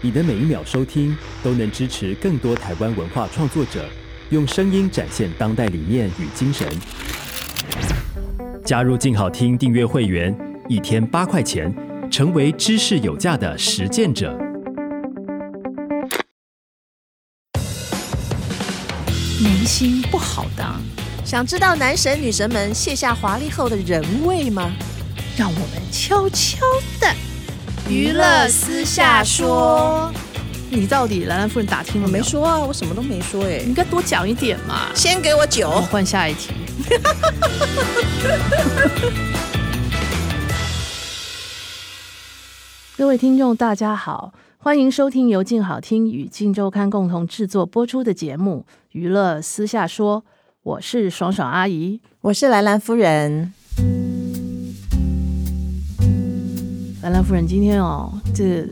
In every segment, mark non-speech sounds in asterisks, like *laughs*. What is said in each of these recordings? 你的每一秒收听都能支持更多台湾文化创作者，用声音展现当代理念与精神。加入静好听订阅会员，一天八块钱，成为知识有价的实践者。明星不好当，想知道男神女神们卸下华丽后的人味吗？让我们悄悄的娱乐私下说。你到底兰兰夫人打听我了没没有？说啊，我什么都没说哎、你应该多讲一点嘛。先给我酒我，换下一题。 *laughs* 各位听众，大家好，欢迎收听由静好听与静周刊共同制作播出的节目《娱乐私下说》，我是爽爽阿姨。我是兰兰夫人。兰兰夫人，今天哦，这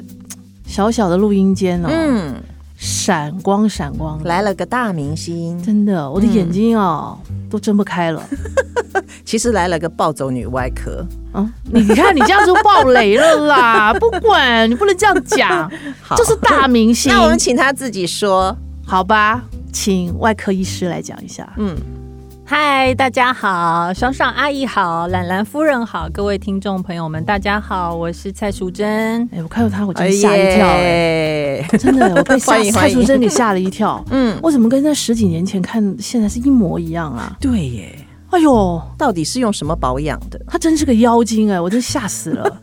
小小的录音间哦，嗯，闪光闪光的，来了个大明星，真的，我的眼睛哦、嗯都睁不开 *laughs* 了。其实来了个暴走女外壳。嗯，你你看你这样就爆雷了啦！ *laughs* 不管你不能这样讲，好就是大明星。那我们请她自己说。好吧，请外科医师来讲一下。嗯，嗨，大家好，爽爽阿姨好，兰兰夫人好，各位听众朋友们，大家好，我是蔡淑珍。哎、我看到他我真吓一跳、哎，哎真的，我被吓 *laughs* 欢迎蔡欢迎淑珍给吓了一跳。嗯，我怎么跟他十几年前看现在是一模一样啊？对耶，哎呦，到底是用什么保养的？他真是个妖精哎、我真吓死 *laughs* 了，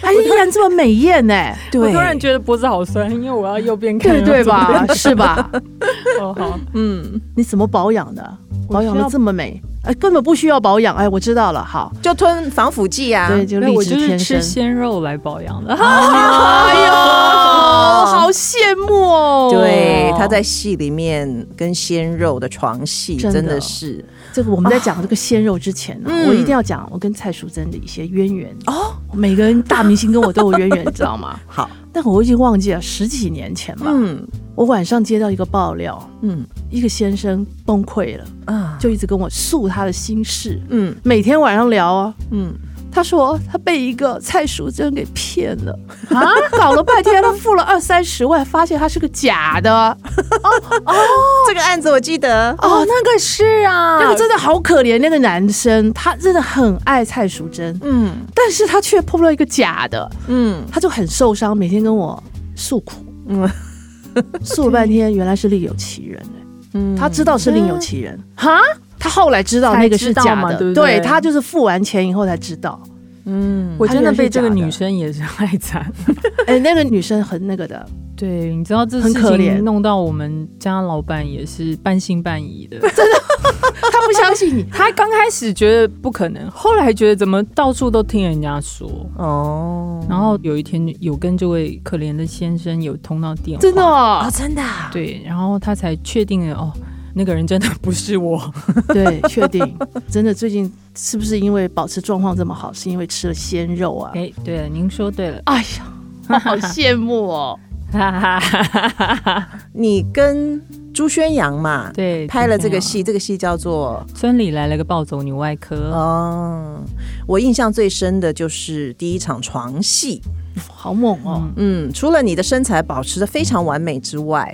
还依然这么美艳哎、对我突然觉得脖子好酸，因为我要右边看，对对吧？是吧？哦，好， *laughs* 你怎么保养的？我保养的需要这么美，哎，根本不需要保养。哎，我知道了，好，就吞防腐剂啊。对，就那励我志就是天吃生。鲜肉来保养的。 *laughs* 哎呦，好羡慕哦！对，他在戏里面跟鲜肉的床戏真真的的是这个我们在讲这个鲜肉之前呢、嗯我一定要讲我跟蔡淑珍的一些渊源啊哦。每个人大明星跟我都有渊源，你 *laughs* 知道吗？好，但我已经忘记了十几年前吧。嗯我晚上接到一个爆料，嗯一个先生崩溃了，啊，就一直跟我诉他的心事，嗯每天晚上聊啊。嗯，他说他被一个蔡淑珍给骗了啊， *laughs* 搞了半天，他付了二三十万，发现他是个假的。这个案子我记得，哦，那个是啊，那个真的好可怜，那个男生他真的很爱蔡淑珍，嗯但是他却碰到一个假的，嗯他就很受伤，每天跟我诉苦，嗯诉了半天，原来是另有其人、欸嗯他知道是另有其人嗯哈。他后来知道那个是才知道假嘛的，对不对他就是付完钱以后才知 *laughs* 道。嗯我真的被他原来是这假的个女生也是害 *laughs* 惨。哎、那个女生很那个的，对，你知道这很事可怜情弄到我们家老板也是半信半疑 *laughs* 的。，她不相信你他刚开始觉得不可能，后来觉得怎么到处都听人家说。哦然后有一天有跟这位可怜的先生有通到电话，真的、哦啊，真的啊对，然后他才确定了哦，那个人真的不是我。对，确定，真的。最近是不是因为保持状况这么好，是因为吃了鲜肉啊？哎，对了，您说对了，哎呀，我好羡慕哦。哈哈哈哈哈哈。你跟朱宣阳嘛，对，拍了这个就戏，这个戏叫做这样，村里来了个暴走女外科，哦，我印象最深的就是第一场床戏，好猛哦！嗯嗯，除了你的身材保持的非常完美之外，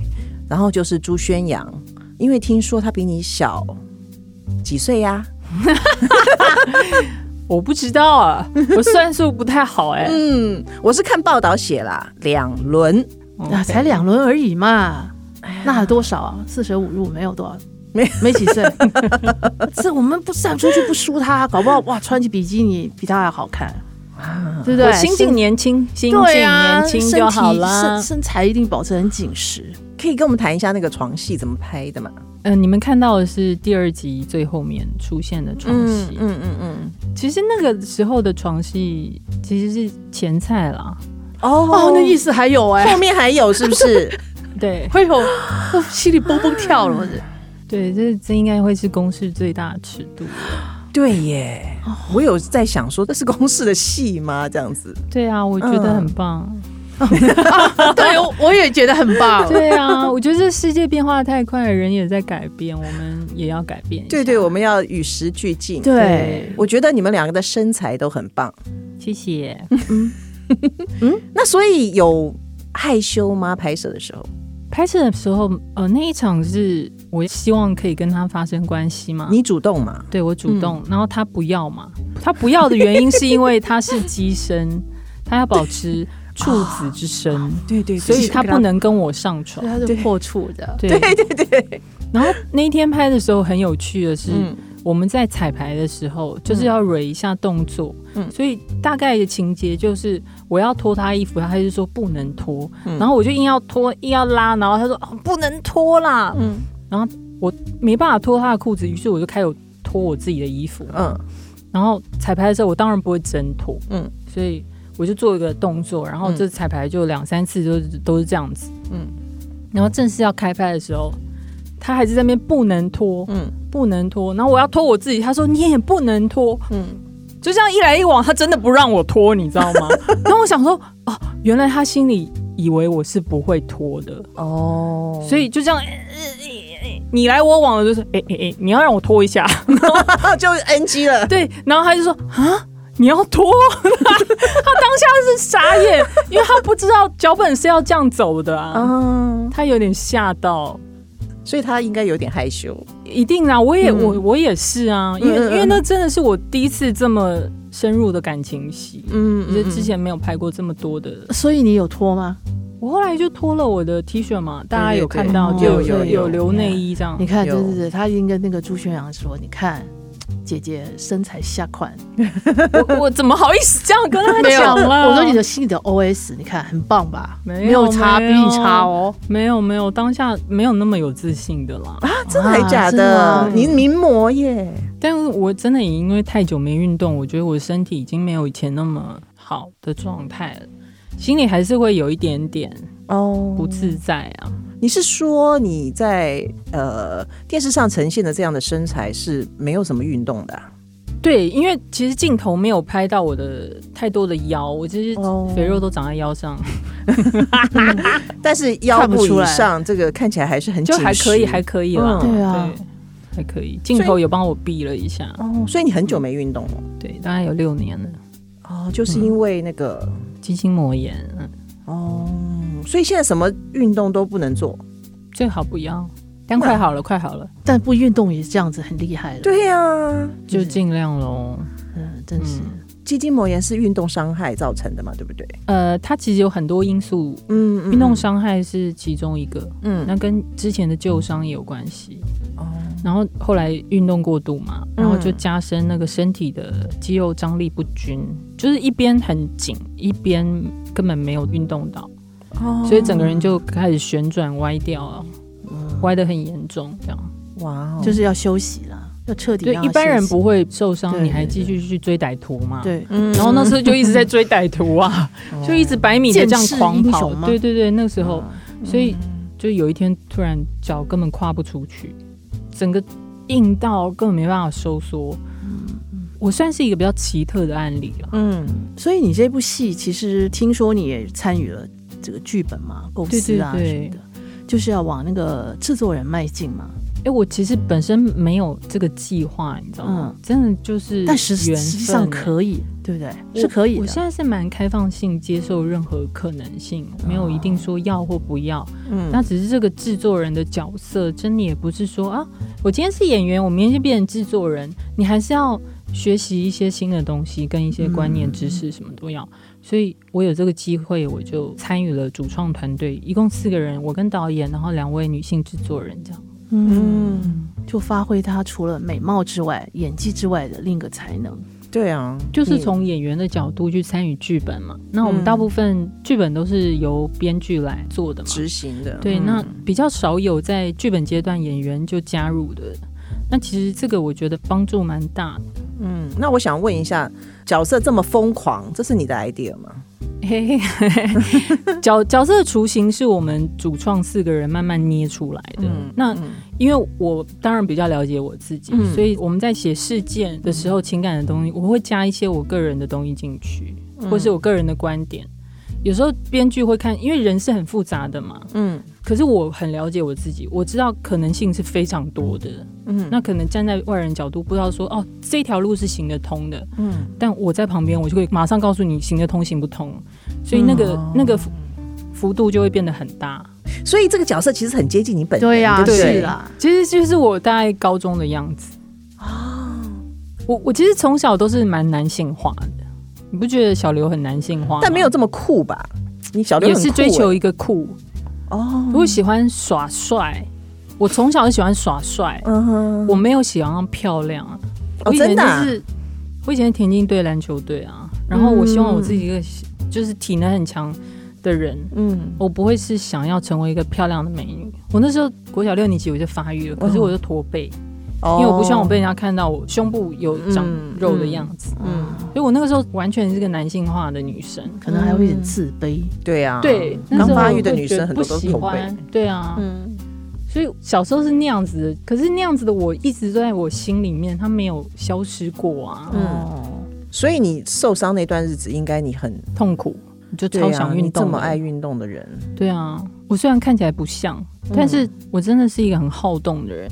然后就是朱宣阳，因为听说他比你小几岁呀、我不知道啊，我算术不太好哎，嗯，我是看报道写啦，两轮，啊， OK 哎才两轮而已嘛，那还多少啊？四舍五入没有多少，没没几 *laughs* 岁。这我们不上出去不输他，搞不好哇，穿起比基尼比他还好看，对不对？啊我心境年轻，心境对啊，年轻就好身啦体身。身材一定保持很紧实。可以跟我们谈一下那个床戏怎么拍的吗？嗯、你们看到的是第二集最后面出现的床戏，嗯嗯嗯，其实那个时候的床戏其实是前菜啦，哦哦，那意思还有哎、 *laughs* 哦后面还有是不是？对会有，我心里蹦蹦跳了。 *laughs* 对，这这应该会是公式最大的尺度。 *laughs* 对耶，我有在想说这是公式的戏吗？这样子，对啊，我觉得很棒。我对，我我也觉得很哦棒。对啊，我觉得这世界变化太快，人也在改变，我们也要改变一下。对对，我们要与时俱进。对，我觉得你们两个的身材都很棒。谢谢。那所以有害羞吗？拍摄的时候，拍摄的时候，呃，那一场是我希望可以跟他发生关系嘛，你嗯主动嘛？对我主动，然后他不要嘛，他不要的原因是因为他是机身，他要保持处子 *laughs* 之身，哦对对所以他不能跟我上所以床。他就对破处的，对对对然后那一天拍的时候很有趣的是，嗯我们在彩排的时候就是要蕊一下动作，嗯所以大概的情节就是我要脱他衣服，他就说不能脱，嗯然后我就硬要脱，硬要拉，然后他说、哦、不能脱啦，嗯没办法脱他的裤子，于是我就开始脱我自己的衣服，嗯然后彩排的时候我当然不会挣脱，嗯所以我就做一个动作，然后这彩排就两三次都是都是这样子，嗯然后正式要开拍的时候，他还是在那边不能脱，嗯不能脱，然后我要脱我自己，他说你也不能脱，嗯，就这样一来一往，他真的不让我脱，你知道吗？ *laughs* 然后我想说，哦，原来他心里以为我是不会脱的，哦，所以就这样，呃呃呃你来我往的，就是哎哎哎，你要让我脱一下， *laughs* 就 NG 了。对，然后他就说啊。你要脱， *laughs* 他当下是傻眼，因为他不知道脚本是要这样走的啊，嗯，他有点吓到。所以他应该有点害羞。一定啦，我也、嗯我我也是啊，因为、嗯嗯嗯因为那真的是我第一次这么深入的感情戏，嗯我觉得之前没有拍过这么多的。所以你有脱吗？我后来就脱了我的 T 恤嘛，大家有看到对对对就有有有有有留内衣 *laughs* 这样你。看，有对对对，他已经跟那个朱轩阳说，你看。姐姐身材下款，我我怎么好意思这样跟他讲啊啦？我说你的心里的 OS，你看很棒吧？没有有差，没比有你差哦。没有没有，当下没有那么有自信的啦。啊，真的还假真的的吗？你名模耶，但我真的也因为太久没运动，我觉得我身体已经没有以前那么好的状态了，心里还是会有一点点哦，不自在啊。你是说你在呃电视上呈现的这样的身材是没有什么运动的啊、对，因为其实镜头没有拍到我的太多的腰，我其实哦肥肉都长在腰上，但是腰看不部出以来上这个看起来还是很就还可以，紧实还可以啦。嗯对啊，还可以，镜头有帮我避了一下，哦，所以你很久没运动了对，大概有六年了，哦，就是因为那个、肌筋膜炎，嗯，哦，所以现在什么运动都不能做。最好不要，但快好了，快好了，但不运动也是这样子，很厉害了。，对呀、就尽量喽。嗯，真是。肌筋膜炎是运动伤害造成的嘛，对不对？呃，它其实有很多因素，嗯，嗯运动，伤害是其中一个，嗯那跟之前的旧伤也有关系。哦，然后后来运动过度嘛，然后就嗯加深那个身体的肌肉张力不均，就是一边很紧，一边根本没有运动到，哦所以整个人就开始旋转歪掉了，歪得很严重。这样，哇哦，就是要休息啦，要彻底对让它一般人休息不会受伤，对你还对继续去追歹徒嘛？。对，嗯然后那时候就一直在追歹徒啊，就一直百米的这样狂剑士英跑雄。吗啊对对对，那时候，嗯所以就有一天突然脚根本跨不出去，整个硬到根本没办法收缩。我算是一个比较奇特的案例了。嗯，所以你这部戏其实听说你也参与了这个剧本嘛、构思啊对对什么的，就是要往那个制作人迈进嘛。哎、我其实本身没有这个计划，你知道吗？嗯真的就是，但实实缘际分上欸可以，对不对？我是可以啊我的。现在是蛮开放性，接受任何可能性，没有一定说要或不要。嗯那只是这个制作人的角色，真的也不是说啊，我今天是演员，我明天就变成制作人，你还是要学习一些新的东西，跟一些观念、知识，什么都要。所以我有这个机会，我就参与了主创团队，一共四个人，我跟导演，然后两位女性制作人，这样。嗯，嗯，就发挥他除了美貌之外、演技之外的另一个才能。对啊，就是你从演员的角度去参与剧本嘛，那我们嗯大部分剧本都是由编剧来做的嘛，执行的，对，嗯那比较少有在剧本阶段演员就加入的。那其实这个我觉得帮助蛮大的。嗯，那我想问一下，角色这么疯狂，这是你的 idea 吗？嘿 *laughs* 嘿嘿，角角色的雏形是我们主创四个人慢慢捏出来的。那嗯因为我当然比较了解我自己，嗯所以我们在写事件的时候，情感的东西我会加一些我个人的东西进去，嗯或是我个人的观点。有时候编剧会看，因为人是很复杂的嘛。嗯可是我很了解我自己，我知道可能性是非常多的。嗯那可能站在外人角度，不知道说哦这条路是行得通的，嗯但我在旁边，我就可以马上告诉你行得通行不通。所以那个、嗯那个复幅度就会变得很大。所以这个角色其实很接近你本人，对呀、不对是啊啦，其实就是我大概高中的样子。啊我我其实从小都是蛮男性化的，你不觉得小刘很男性化吗？但没有这么酷吧？你小刘也很是酷追欸求一个酷，哦，我喜欢耍帅。我从小就喜欢耍帅，嗯哼，我没有喜欢漂亮啊。哦我以真前的就啊是，我以前田径队、篮球队啊，然后我希望我自己一个就是体能很强的人，嗯，我不会是想要成为一个漂亮的美女。我那时候国小六年级我就发育了，哦可是我就驼背，因为我不希望我被人家看到我胸部有长嗯肉的样子，嗯，所以我那个时候完全是个男性化的女生。可能还会有点自卑。对啊，对，那刚时候发我育的会女觉生得很不多都是喜驼背欢，，对啊，嗯，所以小时候是那样子的，可是那样子的我一直都在我心里面，它没有消失过啊，嗯哦，所以你受伤那段日子，应该你很痛苦，我就对超啊，想你运动、这么爱，运动的人，对啊，我虽然看起来不像，嗯但是我真的是一个很好动的人，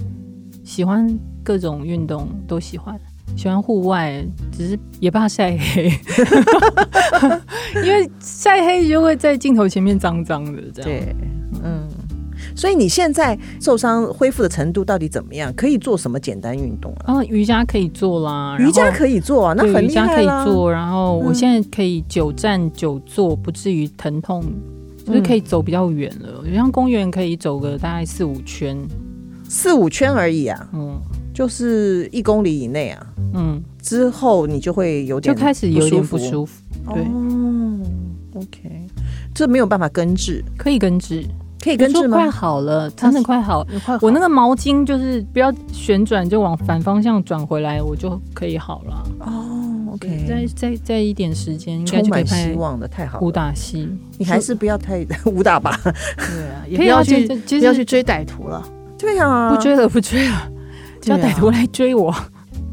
喜欢各种运动都喜欢，喜欢户外，只是也怕晒黑， *laughs* 因为晒黑就会在镜头前面脏脏的这样。对，嗯。所以你现在受伤恢复的程度到底怎么样？可以做什么简单运动啊？然后瑜伽可以做啦，瑜伽然后可以做啊，那对很瑜厉伽害可以啦。做，然后我嗯现在可以久站久坐，不至于疼痛，就是可以嗯走比较远了。就像公园可以走个大概四五圈，四五圈而已啊，嗯就是一公里以内啊。嗯，之后你就会有就点开始有点不服。舒服，对，哦，OK，这没有办法根治，可以根治，可以根治说快吗？好了，真的快好。嗯我那个毛巾就是不要旋转，就往反方向转回来，我就可以好了。哦再，OK，再再一点时间，应该充就可以满希拍望的，太好武了。打戏。你还是不要太 *laughs* 武打吧。对啊，也可不以啊要去这这不其实要去追歹徒 *laughs* 了。对啊，不追了，不追了，叫对啊歹徒来追我。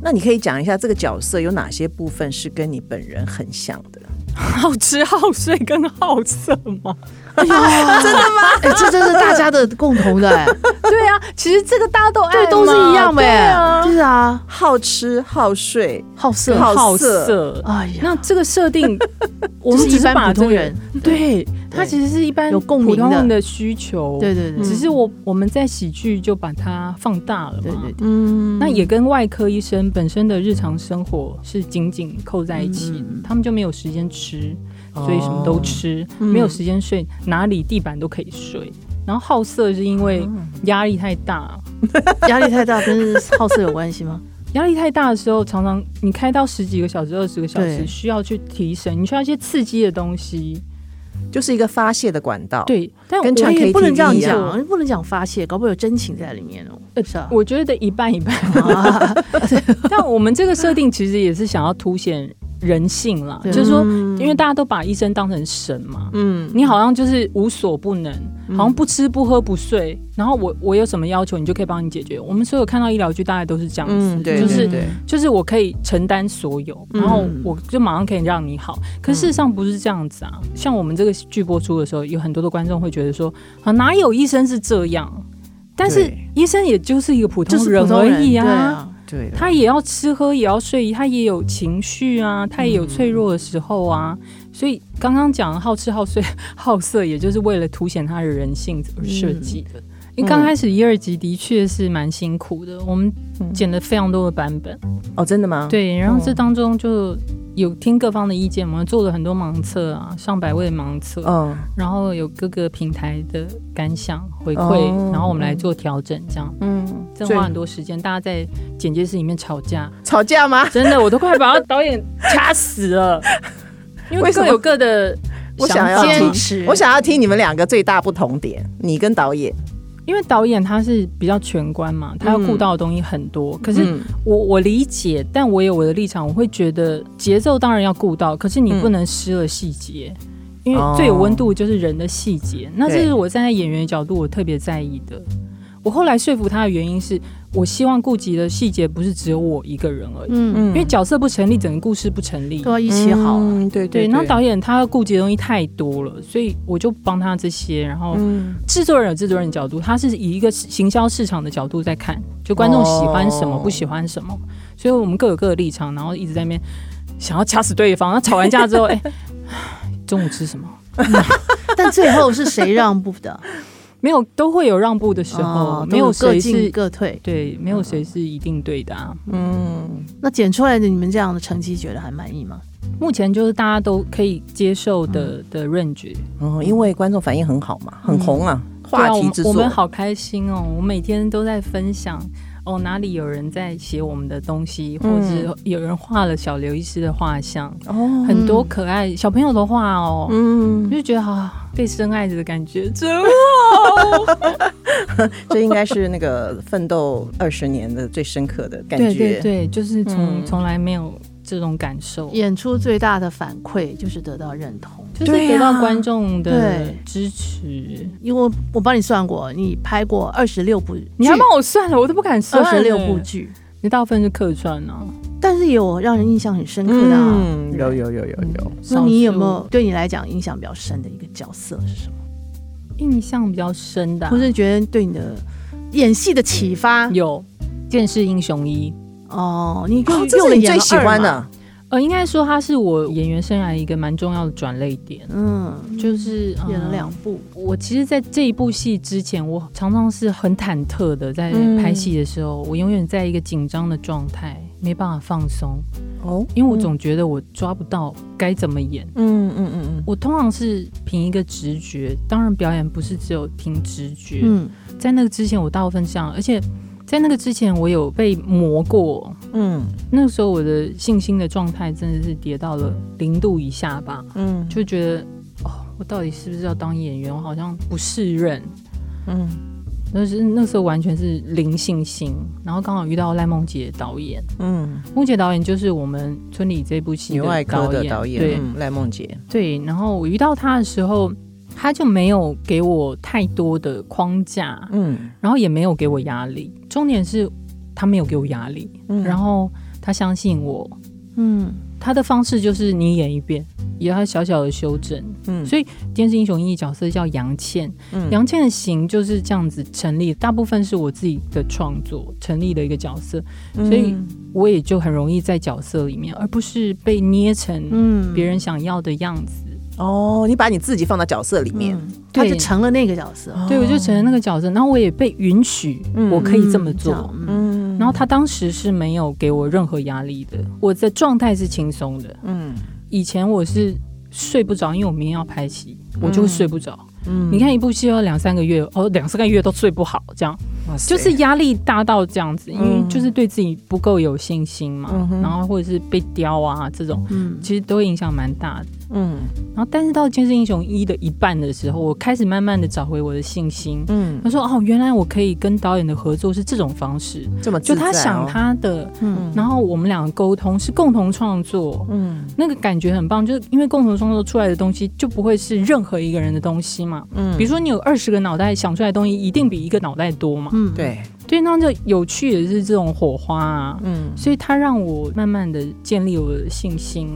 那你可以讲一下这个角色有哪些部分是跟你本人很像的？好吃、好睡跟好色吗？真的吗？ *laughs* 哎，这真是大家的共同的，哎对啊，其实这个大家都爱嘛， *laughs* 对，都是一样对呗啊。是啊，好吃、好睡，好色。好好色色。哎呀，那这个 *laughs* 设定，我就们是只一是般把普这通个人，，对它其实是一般有共普鸣的通人的需求。对对对，只是我我们在喜剧就把它放大了嘛。对对对，嗯那也跟外科医生本身的日常生活是紧紧扣在一起，嗯他们就没有时间吃，哦所以什么都吃，嗯没有时间睡，哪里地板都可以睡。然后好色是因哦为压力太大， *laughs* 压力太大跟好色有关系 *laughs* 吗？压力太大的时候，常常你开到十几个小时、二十个小时，对需要去提神，你需要一些刺激的东西。就是一个发泄的管道。，对，但跟我唱哎 KTV 不能这样一样讲，不能讲发泄，搞不好有真情在里面哦。是啊，我觉得一半一半。啊但我们这个设定其实也是想要凸显人性啦，对就是说，因为大家都把医生当成神嘛，嗯，你好像就是无所不能，好像不吃不喝不睡，然后我我有什么要求，你就可以帮你解决。我们所有看到医疗剧大概都是这样子，嗯，对，就对是对，就是我可以承担所有，嗯然后我就马上可以让你好。可事实上不是这样子啊，像我们这个剧播出的时候，有很多的观众会觉得说啊，哪有医生是这样？但是对医生也就是一个普 *laughs* 就通是普人通而人已对啊。啊，对了，他也要吃喝，也要睡，他也有情绪啊，他也有脆弱的时候啊。嗯所以刚刚讲好吃好睡 *laughs* 好色，也就是为了凸显他的人性而设计嗯的。因为刚开始一二集的确是蛮辛苦的，我们嗯剪了非常多的版本，哦，真的吗？，对，然嗯后这当中就有听各方的意见，我们做了很多盲测啊，上百位盲测，嗯，然后有各个平台的感想回馈，哦然后我们来做调整，这样，嗯，真的花很多时间，大家在剪接室里面吵架，吵架吗？真的，我都快把导演掐死了，因为为什各么有各的我想想要法坚听持。我想要听你们两个最大不同点，你跟导演。因为导演他是比较全观嘛，他要顾到的东西很多。可是嗯我我理解，但我有我的立场，我会觉得节奏当然要顾到，可是你嗯不能失了细节。因为哦最有温度就是人的细节，那这是我站在演员的角度，我特别在意的。我后来说服他的原因是，我希望顾及的细节不是只有我一个人而已，嗯，因为角色不成立，整个故事不成立。都要一起好啊。嗯对对，对，那导演他要顾及的东西太多了，所以我就帮他这些。然后嗯制作人有制作人的角度，他是以一个行销市场的角度在看，就观众喜欢什么，哦不喜欢什么。*laughs* 所以我们各有各的立场，然后一直在那边想要掐死对方。那吵完架之后，哎、中午吃什么？但最后是谁让步的？没有，都会有让步的时候，哦没有都各谁进是各嗯退。对，没有谁是一定对的啊。嗯，那剪出来的你们这样的成绩，觉得还满意吗？目前就是大家都可以接受嗯的的 range，哦，因为观众反应很好嘛，很红啊，嗯对话啊，我题们之我作们。好开心哦！我每天都在分享哦，哪里有人在写我们的东西，或嗯者是有人画了小刘医师的画像，哦，很多可爱小朋友的画哦，嗯我，就觉得啊，被深爱着的感 *laughs* 觉真好。这应该是那个奋斗二十年的最深刻的感觉。对对对，就是从嗯啊从来没有这种感受，演出最大的反馈就是得到认同。就是对得到呀观众的对支持。因为我我帮你算过，你拍过二十六部剧，你还帮我算了，我都不敢算二了。十六哎部剧，你大部分是客串啊，但是有让人印象很深刻的啊。嗯，有有有有有，那你有没少有数对你来讲印象比较深的一个角色是什么？印象比较深的啊、或是觉得对你的演戏的启发？有《剑士英雄一》，嗯哦，你又、哦这又是了你演最了喜欢二嘛，的，呃，应该说它是我演员生涯一个蛮重要的转泪点，嗯，就是、呃演了两。部，我其实，在这一部戏之前，我常常是很忐忑的，在嗯拍戏的时候，我永远在一个紧张的状态，没办法放松，哦，因嗯为我总觉得我抓不到该怎么演。嗯嗯嗯嗯，我通常是凭一个直觉，当然表演不是只有凭直觉，嗯，在那个之前，我大部分这样，而且在那个之前，我有被磨过。嗯那个时候我的信心的状态真的是跌到了零度以下吧，嗯就觉得哦，我到底是不是要当演员？我好像不适任。嗯但是那时候完全是零信心，然后刚好遇到赖梦杰导演，嗯，梦杰导演就是我们村里这部戏女外科导的演，导对、演嗯赖梦杰，对。然后我遇到他的时候，他就没有给我太多的框架，嗯然后也没有给我压力。重点是他没有给我压力，嗯然后他相信我。嗯，他的方式就是你演一遍，也要小小的修正。嗯所以《电视英雄》一角色叫杨倩，嗯杨倩的型就是这样子成立，大部分是我自己的创作成立的一个角色，所以我也就很容易在角色里面，而不是被捏成嗯，别人想要的样子。哦，你把你自己放到角色里面，嗯，他就对成了那个角色，对，我就成了那个角色，然后我也被允许嗯我可以这么嗯做。样嗯嗯然后他当时是没有给我任何压力的，我的状态是轻松的。嗯以前我是睡不着，因为我明天要拍戏，我就会睡不着。嗯你看一部戏要两三个月，哦，两三个月都睡不好，这样哇塞就是压力大到这样子，因为嗯就是对自己不够有信心嘛，嗯哼然后或者是被刁啊这种，嗯其实都影响蛮大的。嗯然后，但是到《健身英雄一》的一半的时候，我开始慢慢的找回我的信心。嗯他说：“哦，原来我可以跟导演的合作是这种方式，这么就自在他哦想他的，嗯然后我们两个沟通是共同创作，嗯那个感觉很棒，就是因为共同创作出来的东西就不会是任何一个人的东西嘛。嗯比如说你有二十个脑袋想出来的东西，一定比一个脑袋多嘛。嗯，对对，那就有趣也是这种火花啊。嗯所以它让我慢慢的建立我的信心。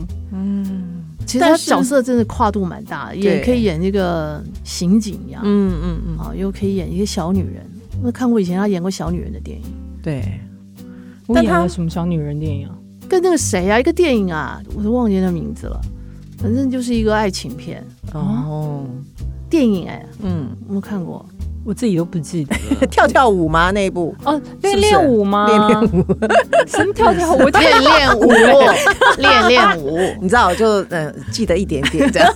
嗯其实但他是角色真的跨度蛮大的，也对可以演这个刑警一样，嗯嗯啊，又可以演一个小女人。我看过以前他演过小女人的电影，嗯对我但演它了什么小女人电影啊？跟那个谁啊，一个电影啊，我都忘记那名字了，反正就是一个爱情片哦电影哎、嗯我有看过，我自己都不记得跳跳舞吗那一部 *laughs* 哦，是练不是练舞吗？练练舞，什么跳跳舞？我练练舞，练练舞，你知道就嗯、呃记得一点点这样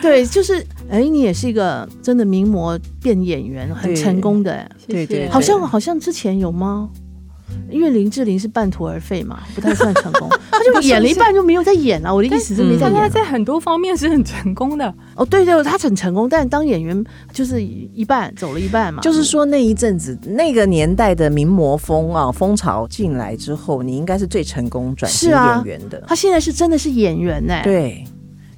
对，就是哎，你也是一个真的名模变演员，很对成功的、哎对对好像好像之前有吗？因为林志玲是半途而废嘛，不太算成 *laughs* 功，她就演了一半就没有再演了。我的意思是嗯没再但演他了。在很多方面是很成功的。哦，对对，她很成功，但当演员就是一半走了一半嘛。就是说那一阵子那个年代的名模风啊风潮进来之后，你应该是最成功转型是啊演员的，她现在是真的是演员呢、，对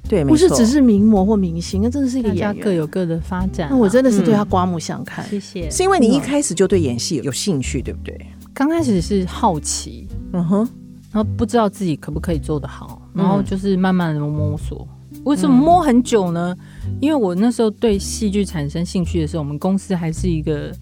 对，没不是错只是名模或明星，那真的是一个大家演各员。有各的发展啊、那我真的是对她嗯刮目相看。谢谢。是因为你一开始就对演戏有兴趣，对不对？刚开始是好奇，嗯哼，然后不知道自己可不可以做得好，嗯然后就是慢慢的摸索。为什么摸很久呢？因为我那时候对戏剧产生兴趣的时候，我们公司还是一个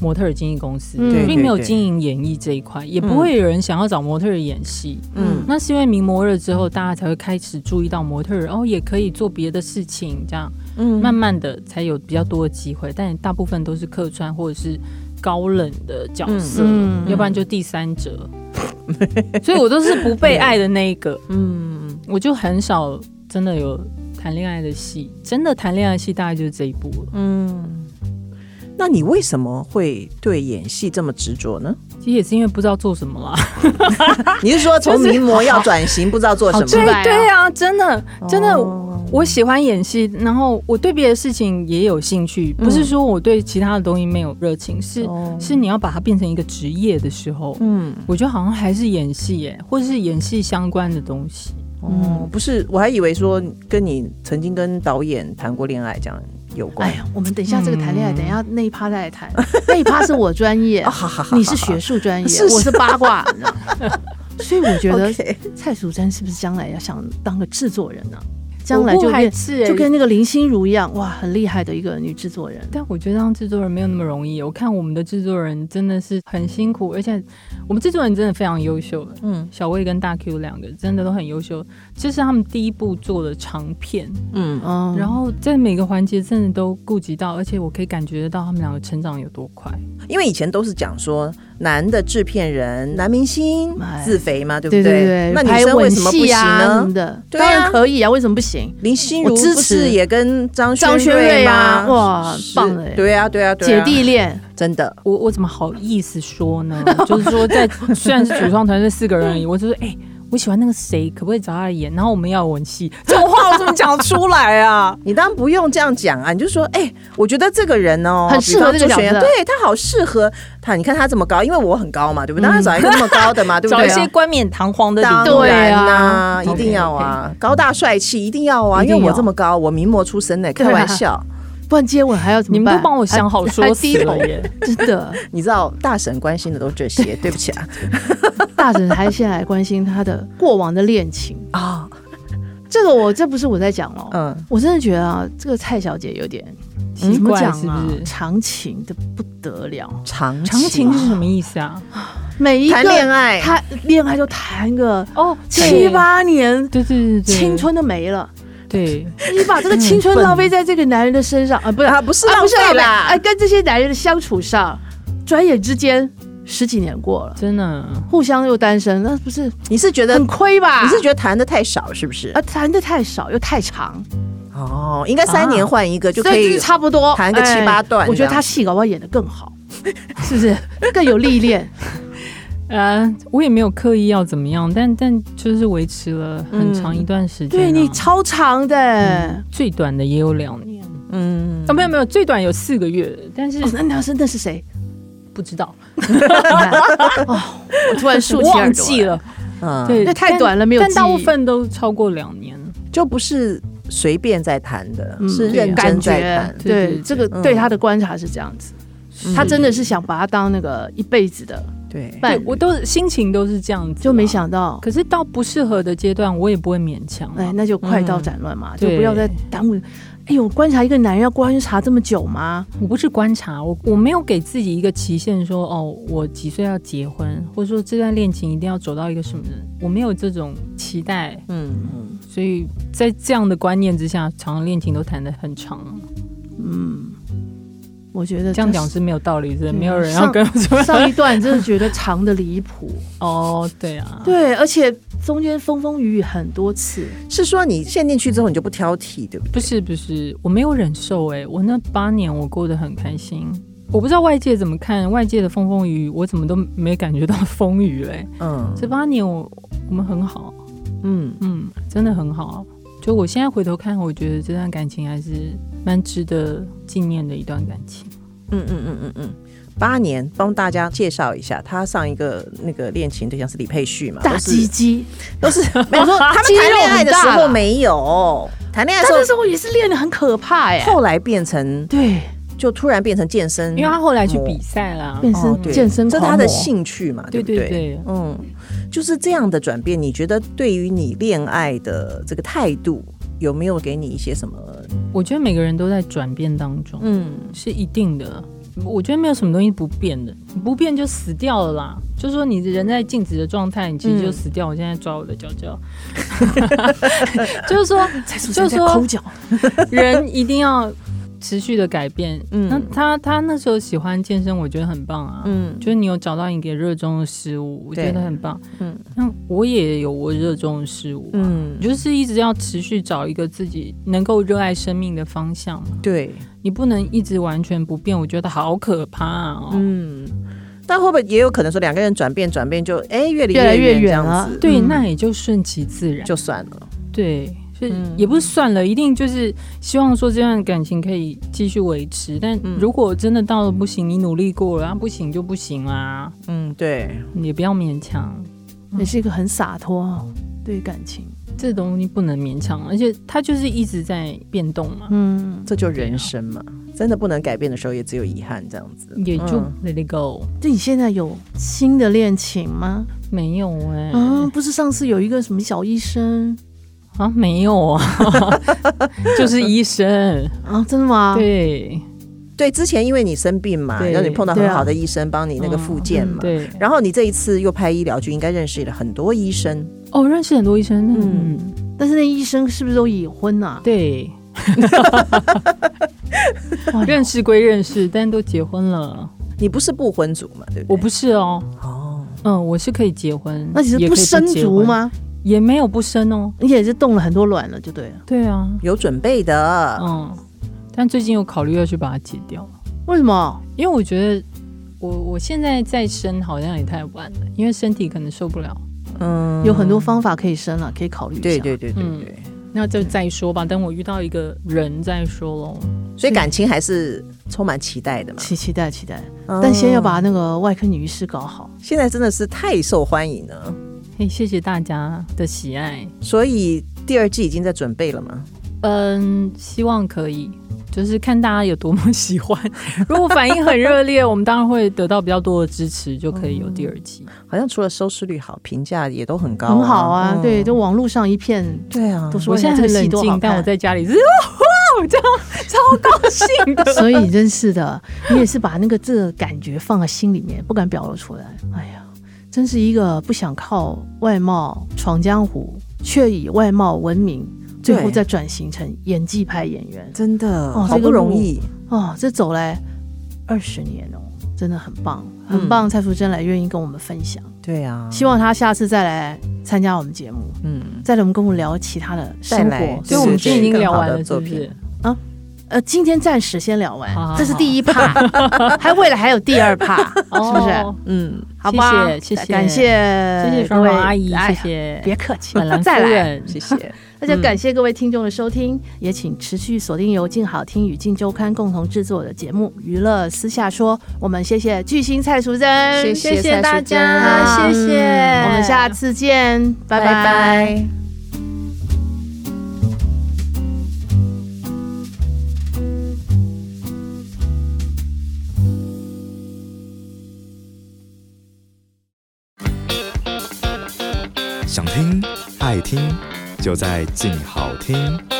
模特儿经纪公司，嗯对并没有对对经营演艺这一块，也嗯不会有人想要找模特儿演戏。嗯那是因为名模了之后，大家才会开始注意到模特儿，哦，也可以做别的事情，这样嗯慢慢的才有比较多的机会。但大部分都是客串或者是高冷的角色，嗯嗯要不然就第三 *laughs* 者。所以我都是不被爱的那一个，嗯我就很少真的有谈恋爱的戏，真的谈恋爱的戏大概就是这一部了。嗯。那你为什么会对演戏这么执着呢？其实也是因为不知道做什 *laughs* 么啦。你是说从名模要转 *laughs* 啊型，不知道做什好直么？白、对对啊，真的真的。哦我喜欢演戏，然后我对别的事情也有兴趣，不是说我对其他的东西没有热情，是、哦是你要把它变成一个职业的时候，嗯我觉得好像还是演戏耶，或者是演戏相关的东西。嗯哦，不是，我还以为说跟你曾经跟导演谈过恋爱这样有关哎。呀，我们等一下这个谈恋爱，等一下那一趴再来谈。那一趴是我专业嗯啊，，哈哈哈哈你是学术专业，是是我是八卦，你知道吗 *laughs* 所以我觉得 OK 蔡淑珍是不是将来要想当个制作人呢、将来我不就排变斥欸耶就跟那个林心如一样，哇，很厉害的一个女制作人。但我觉得当制作人没有那么容易。我看我们的制作人真的是很辛苦，而且我们制作人真的非常优秀。嗯小魏跟大 Q 两个真的都很优秀，这是他们第一部做的长片，嗯嗯，然后在每个环节真的都顾及到，而且我可以感觉得到他们两个成长有多快。因为以前都是讲说男的制片人、男明星哎自肥嘛，对不对对对，那拍女生为吻什么不戏行啊什呢么？的，对啊当然可以啊，为什么不行？林心如我支持不是也跟张张轩瑞瑞吗啊，？哇，是棒的耶，对啊，对啊，对姐啊，弟恋，真的，我我怎么好意思说呢？ *laughs* 就是说在，虽然是主创团队四个人而已，我就说，哎、我喜欢那个谁，可不可以找他来演？然后我们要吻戏，这种话我怎么讲得出来啊？ *laughs* 你当然不用这样讲啊，你就说，哎、我觉得这个人哦，很适合比方这个朱角雪色阳对他好适合他。你看他这么高，因为我很高嘛，对嗯不对？当然找一个那么高的嘛，对不找对一？些冠冕堂皇的理由当然啦、啊对啊一定要啊高大帅气一定要啊，一因定为要我这么高，我名模出身呢、对啊开玩笑。不然接吻还要怎么你办？们都帮我想好还说还辞低头哎了，耶。真的。你知道大神关心的都这些，对不起啊大神还现在关心他的过往的恋情，啊、这个我这不是我在讲哦，嗯，我真的觉得啊，这个蔡小姐有点奇怎么嗯怪讲是啊不是？长情的不得了，长长情是什么意思啊？每一个谈恋爱他恋爱就谈个哦，七，八年，对对对对，青春都没了，对，你把这个青春笨浪费在这个男人的身上啊，不是啊，不是啊浪不是费啦，哎，跟这些男人的相处上，转眼之间十几年过了，真的。互相又单身，那不是你是觉得很亏吧？你是觉得谈的太少是不是？啊，谈的太少又太长，哦，应该三年换一个就所可以就以是。差不多谈个七八段哎我觉得这样他戏搞不好演的更好， *laughs* 是不是更有历练？呃，我也没有刻意要怎么样，但但就是维持了很长一段时间啊、嗯对你超长的，最短的也有两年嗯，啊，没有没有，最短有四个月，但是哦那男生那是谁？不知道，你看哦，我突然竖起耳朵忘记，了，嗯，对，那太但短了没有但大记忆部分都超过两年。就不是随便在谈的，嗯是认感真在觉谈。对对对对这个嗯对他的观察是这样子，他真的是想把他当那个一辈子的对，伴对侣，我都心情都是这样子，啊就没。想到。可是到不适合的阶段，我也不会勉强啊。哎，那就快刀斩乱麻，就对不要再耽误。哎呦，观察一个男人要观察这么久吗？我不是观察，我我没有给自己一个期限说，哦，我几岁要结婚，或者说这段恋情一定要走到一个什么人，我没有这种期待，嗯，所以在这样的观念之下，常常恋情都谈得很长。嗯我觉得这样讲就是没有道理的，对啊没有人要跟我说上一段真的觉得长的离谱。 *laughs* 哦，对啊，对，而且中间风风雨雨很多次，是说你陷进去之后你就不挑剔，对不对？不是不是，我没有忍受哎、我那八年我过得很开心。我不知道外界怎么看，外界的风风雨雨，我怎么都没感觉到风雨嘞、嗯这八年我我们很好，嗯，嗯，真的很好。就我现在回头看，我觉得这段感情还是蛮值得纪念的一段感情。嗯嗯嗯嗯嗯。八年，帮大家介绍一下，他上一个那个恋情对象是李佩旭嘛？大啊都是鸡鸡，都 *laughs* 是，没有我说他们肌肉谈恋爱的时很大候啦没有，谈恋爱但的时那候时候也是练的很可怕耶。后来变成对，就突然变成健身，因为他后来去比赛啦，变哦身对健身这狂魔，是他的兴趣嘛？对不对对对，嗯，就是这样的转变，你觉得对于你恋爱的这个态度，有没有给你一些什么？我觉得每个人都在转变当中，嗯是一定的。我觉得没有什么东西不变的，你不变就死掉了啦。就说你人在静止的状态，你其实就死掉。我现在抓我的脚 *laughs* 脚， *laughs* 就是说，就是说，脚，人一定要持续的改变。嗯那他他那时候喜欢健身，我觉得很棒啊。嗯就是你有找到你给热衷的事物，我觉对得很棒。嗯那我也有我热衷的事物、啊，嗯你，就是一直要持续找一个自己能够热爱生命的方向嘛。对，你不能一直完全不变，我觉得好可怕哦。嗯。但会不会也有可能说两个人转变转变就哎越离越来越远这远样了子？对，嗯那也就顺其自然。就算了。对，是、嗯也不是算了，一定就是希望说这段感情可以继续维持。但嗯如果真的到了不行，你努力过了，啊、不行就不行啦，嗯，对，也不要勉强。也是一嗯个很洒脱哦，对于感情，这东西不能勉强，而且它就是一直在变动嘛，嗯，这就人生嘛，真的不能改变的时候，也只有遗憾这样子。也就嗯 let it go。那你现在有新的恋情吗？没有哎、啊，不是上次有一个什么小医生啊，没有啊，就是医生，啊，真的吗？，对对，之前因为你生病嘛，对让你碰到对很啊好的医生帮你那个嗯复健嘛。对，然后你这一次又拍医疗剧，应该认识了很多医生。哦，认识很多医生，嗯嗯，但是那医生是不是都已婚啊？对，哇认识归认识，但都结婚了。你不是不婚族嘛？对不对？我不是哦，哦，嗯，我是可以结婚，那你是也不可以生结族婚？吗？也没有不生哦，你也是动了很多卵了，就对了。对啊，有准备的。嗯，但最近有考虑要去把它解掉，为什么？因为我觉得我我现在再生好像也太晚了，因为身体可能受不了，嗯，有很多方法可以生啊了，可以考虑一下。对对对对嗯对，那就再说嗯吧，等我遇到一个人再说喽。所以感情还是充满期待的嘛。期期待期待，嗯但先要把那个外科女医师搞好。嗯现在真的是太受欢迎了，嘿，谢谢大家的喜爱，所以第二季已经在准备了嘛。嗯，希望可以，就是看大家有多么 *laughs* 喜欢。如果反应很热烈，我们当然会得到比较多的支持，就可以有第二季。嗯好像除了收视率好，评价也都很高、很好啊，嗯对，就网络上一片对啊都，说我现在很哎冷呀这个戏多好静，看但我在家里是哇，这样超高兴的。所以真是的，你也是把那个这个感觉放在心里面，不敢表露出来。哎呀，真是一个不想靠外貌闯江湖，却以外貌闻名，最后对再转型成演技派演员。真的、哦好这个不容易，哦，这走来二十年哦，真的很棒，很棒。蔡淑珍来愿意跟我们分享，对啊，希望她下次再来参加我们节目，嗯，再来我们跟我们聊其他的再生来活。所以我们今天已经聊完对了，是对不是？呃，今天暂时先聊完，好好好这是第一趴， *laughs* 还未来还有第二趴，是不是？哦？嗯，好吧，谢谢感谢谢谢各双位双阿姨，哎谢呀谢别客气本兰，*laughs* 夫再来。人，嗯谢谢，那就感谢各位听众的收听，也请持续锁定由静好听与静周刊共同制作的节目《娱乐私下说》，我们谢谢巨星蔡淑珍，谢谢蔡淑谢大珍家，谢谢，我们下次见，拜拜拜想听爱听，就在静好听。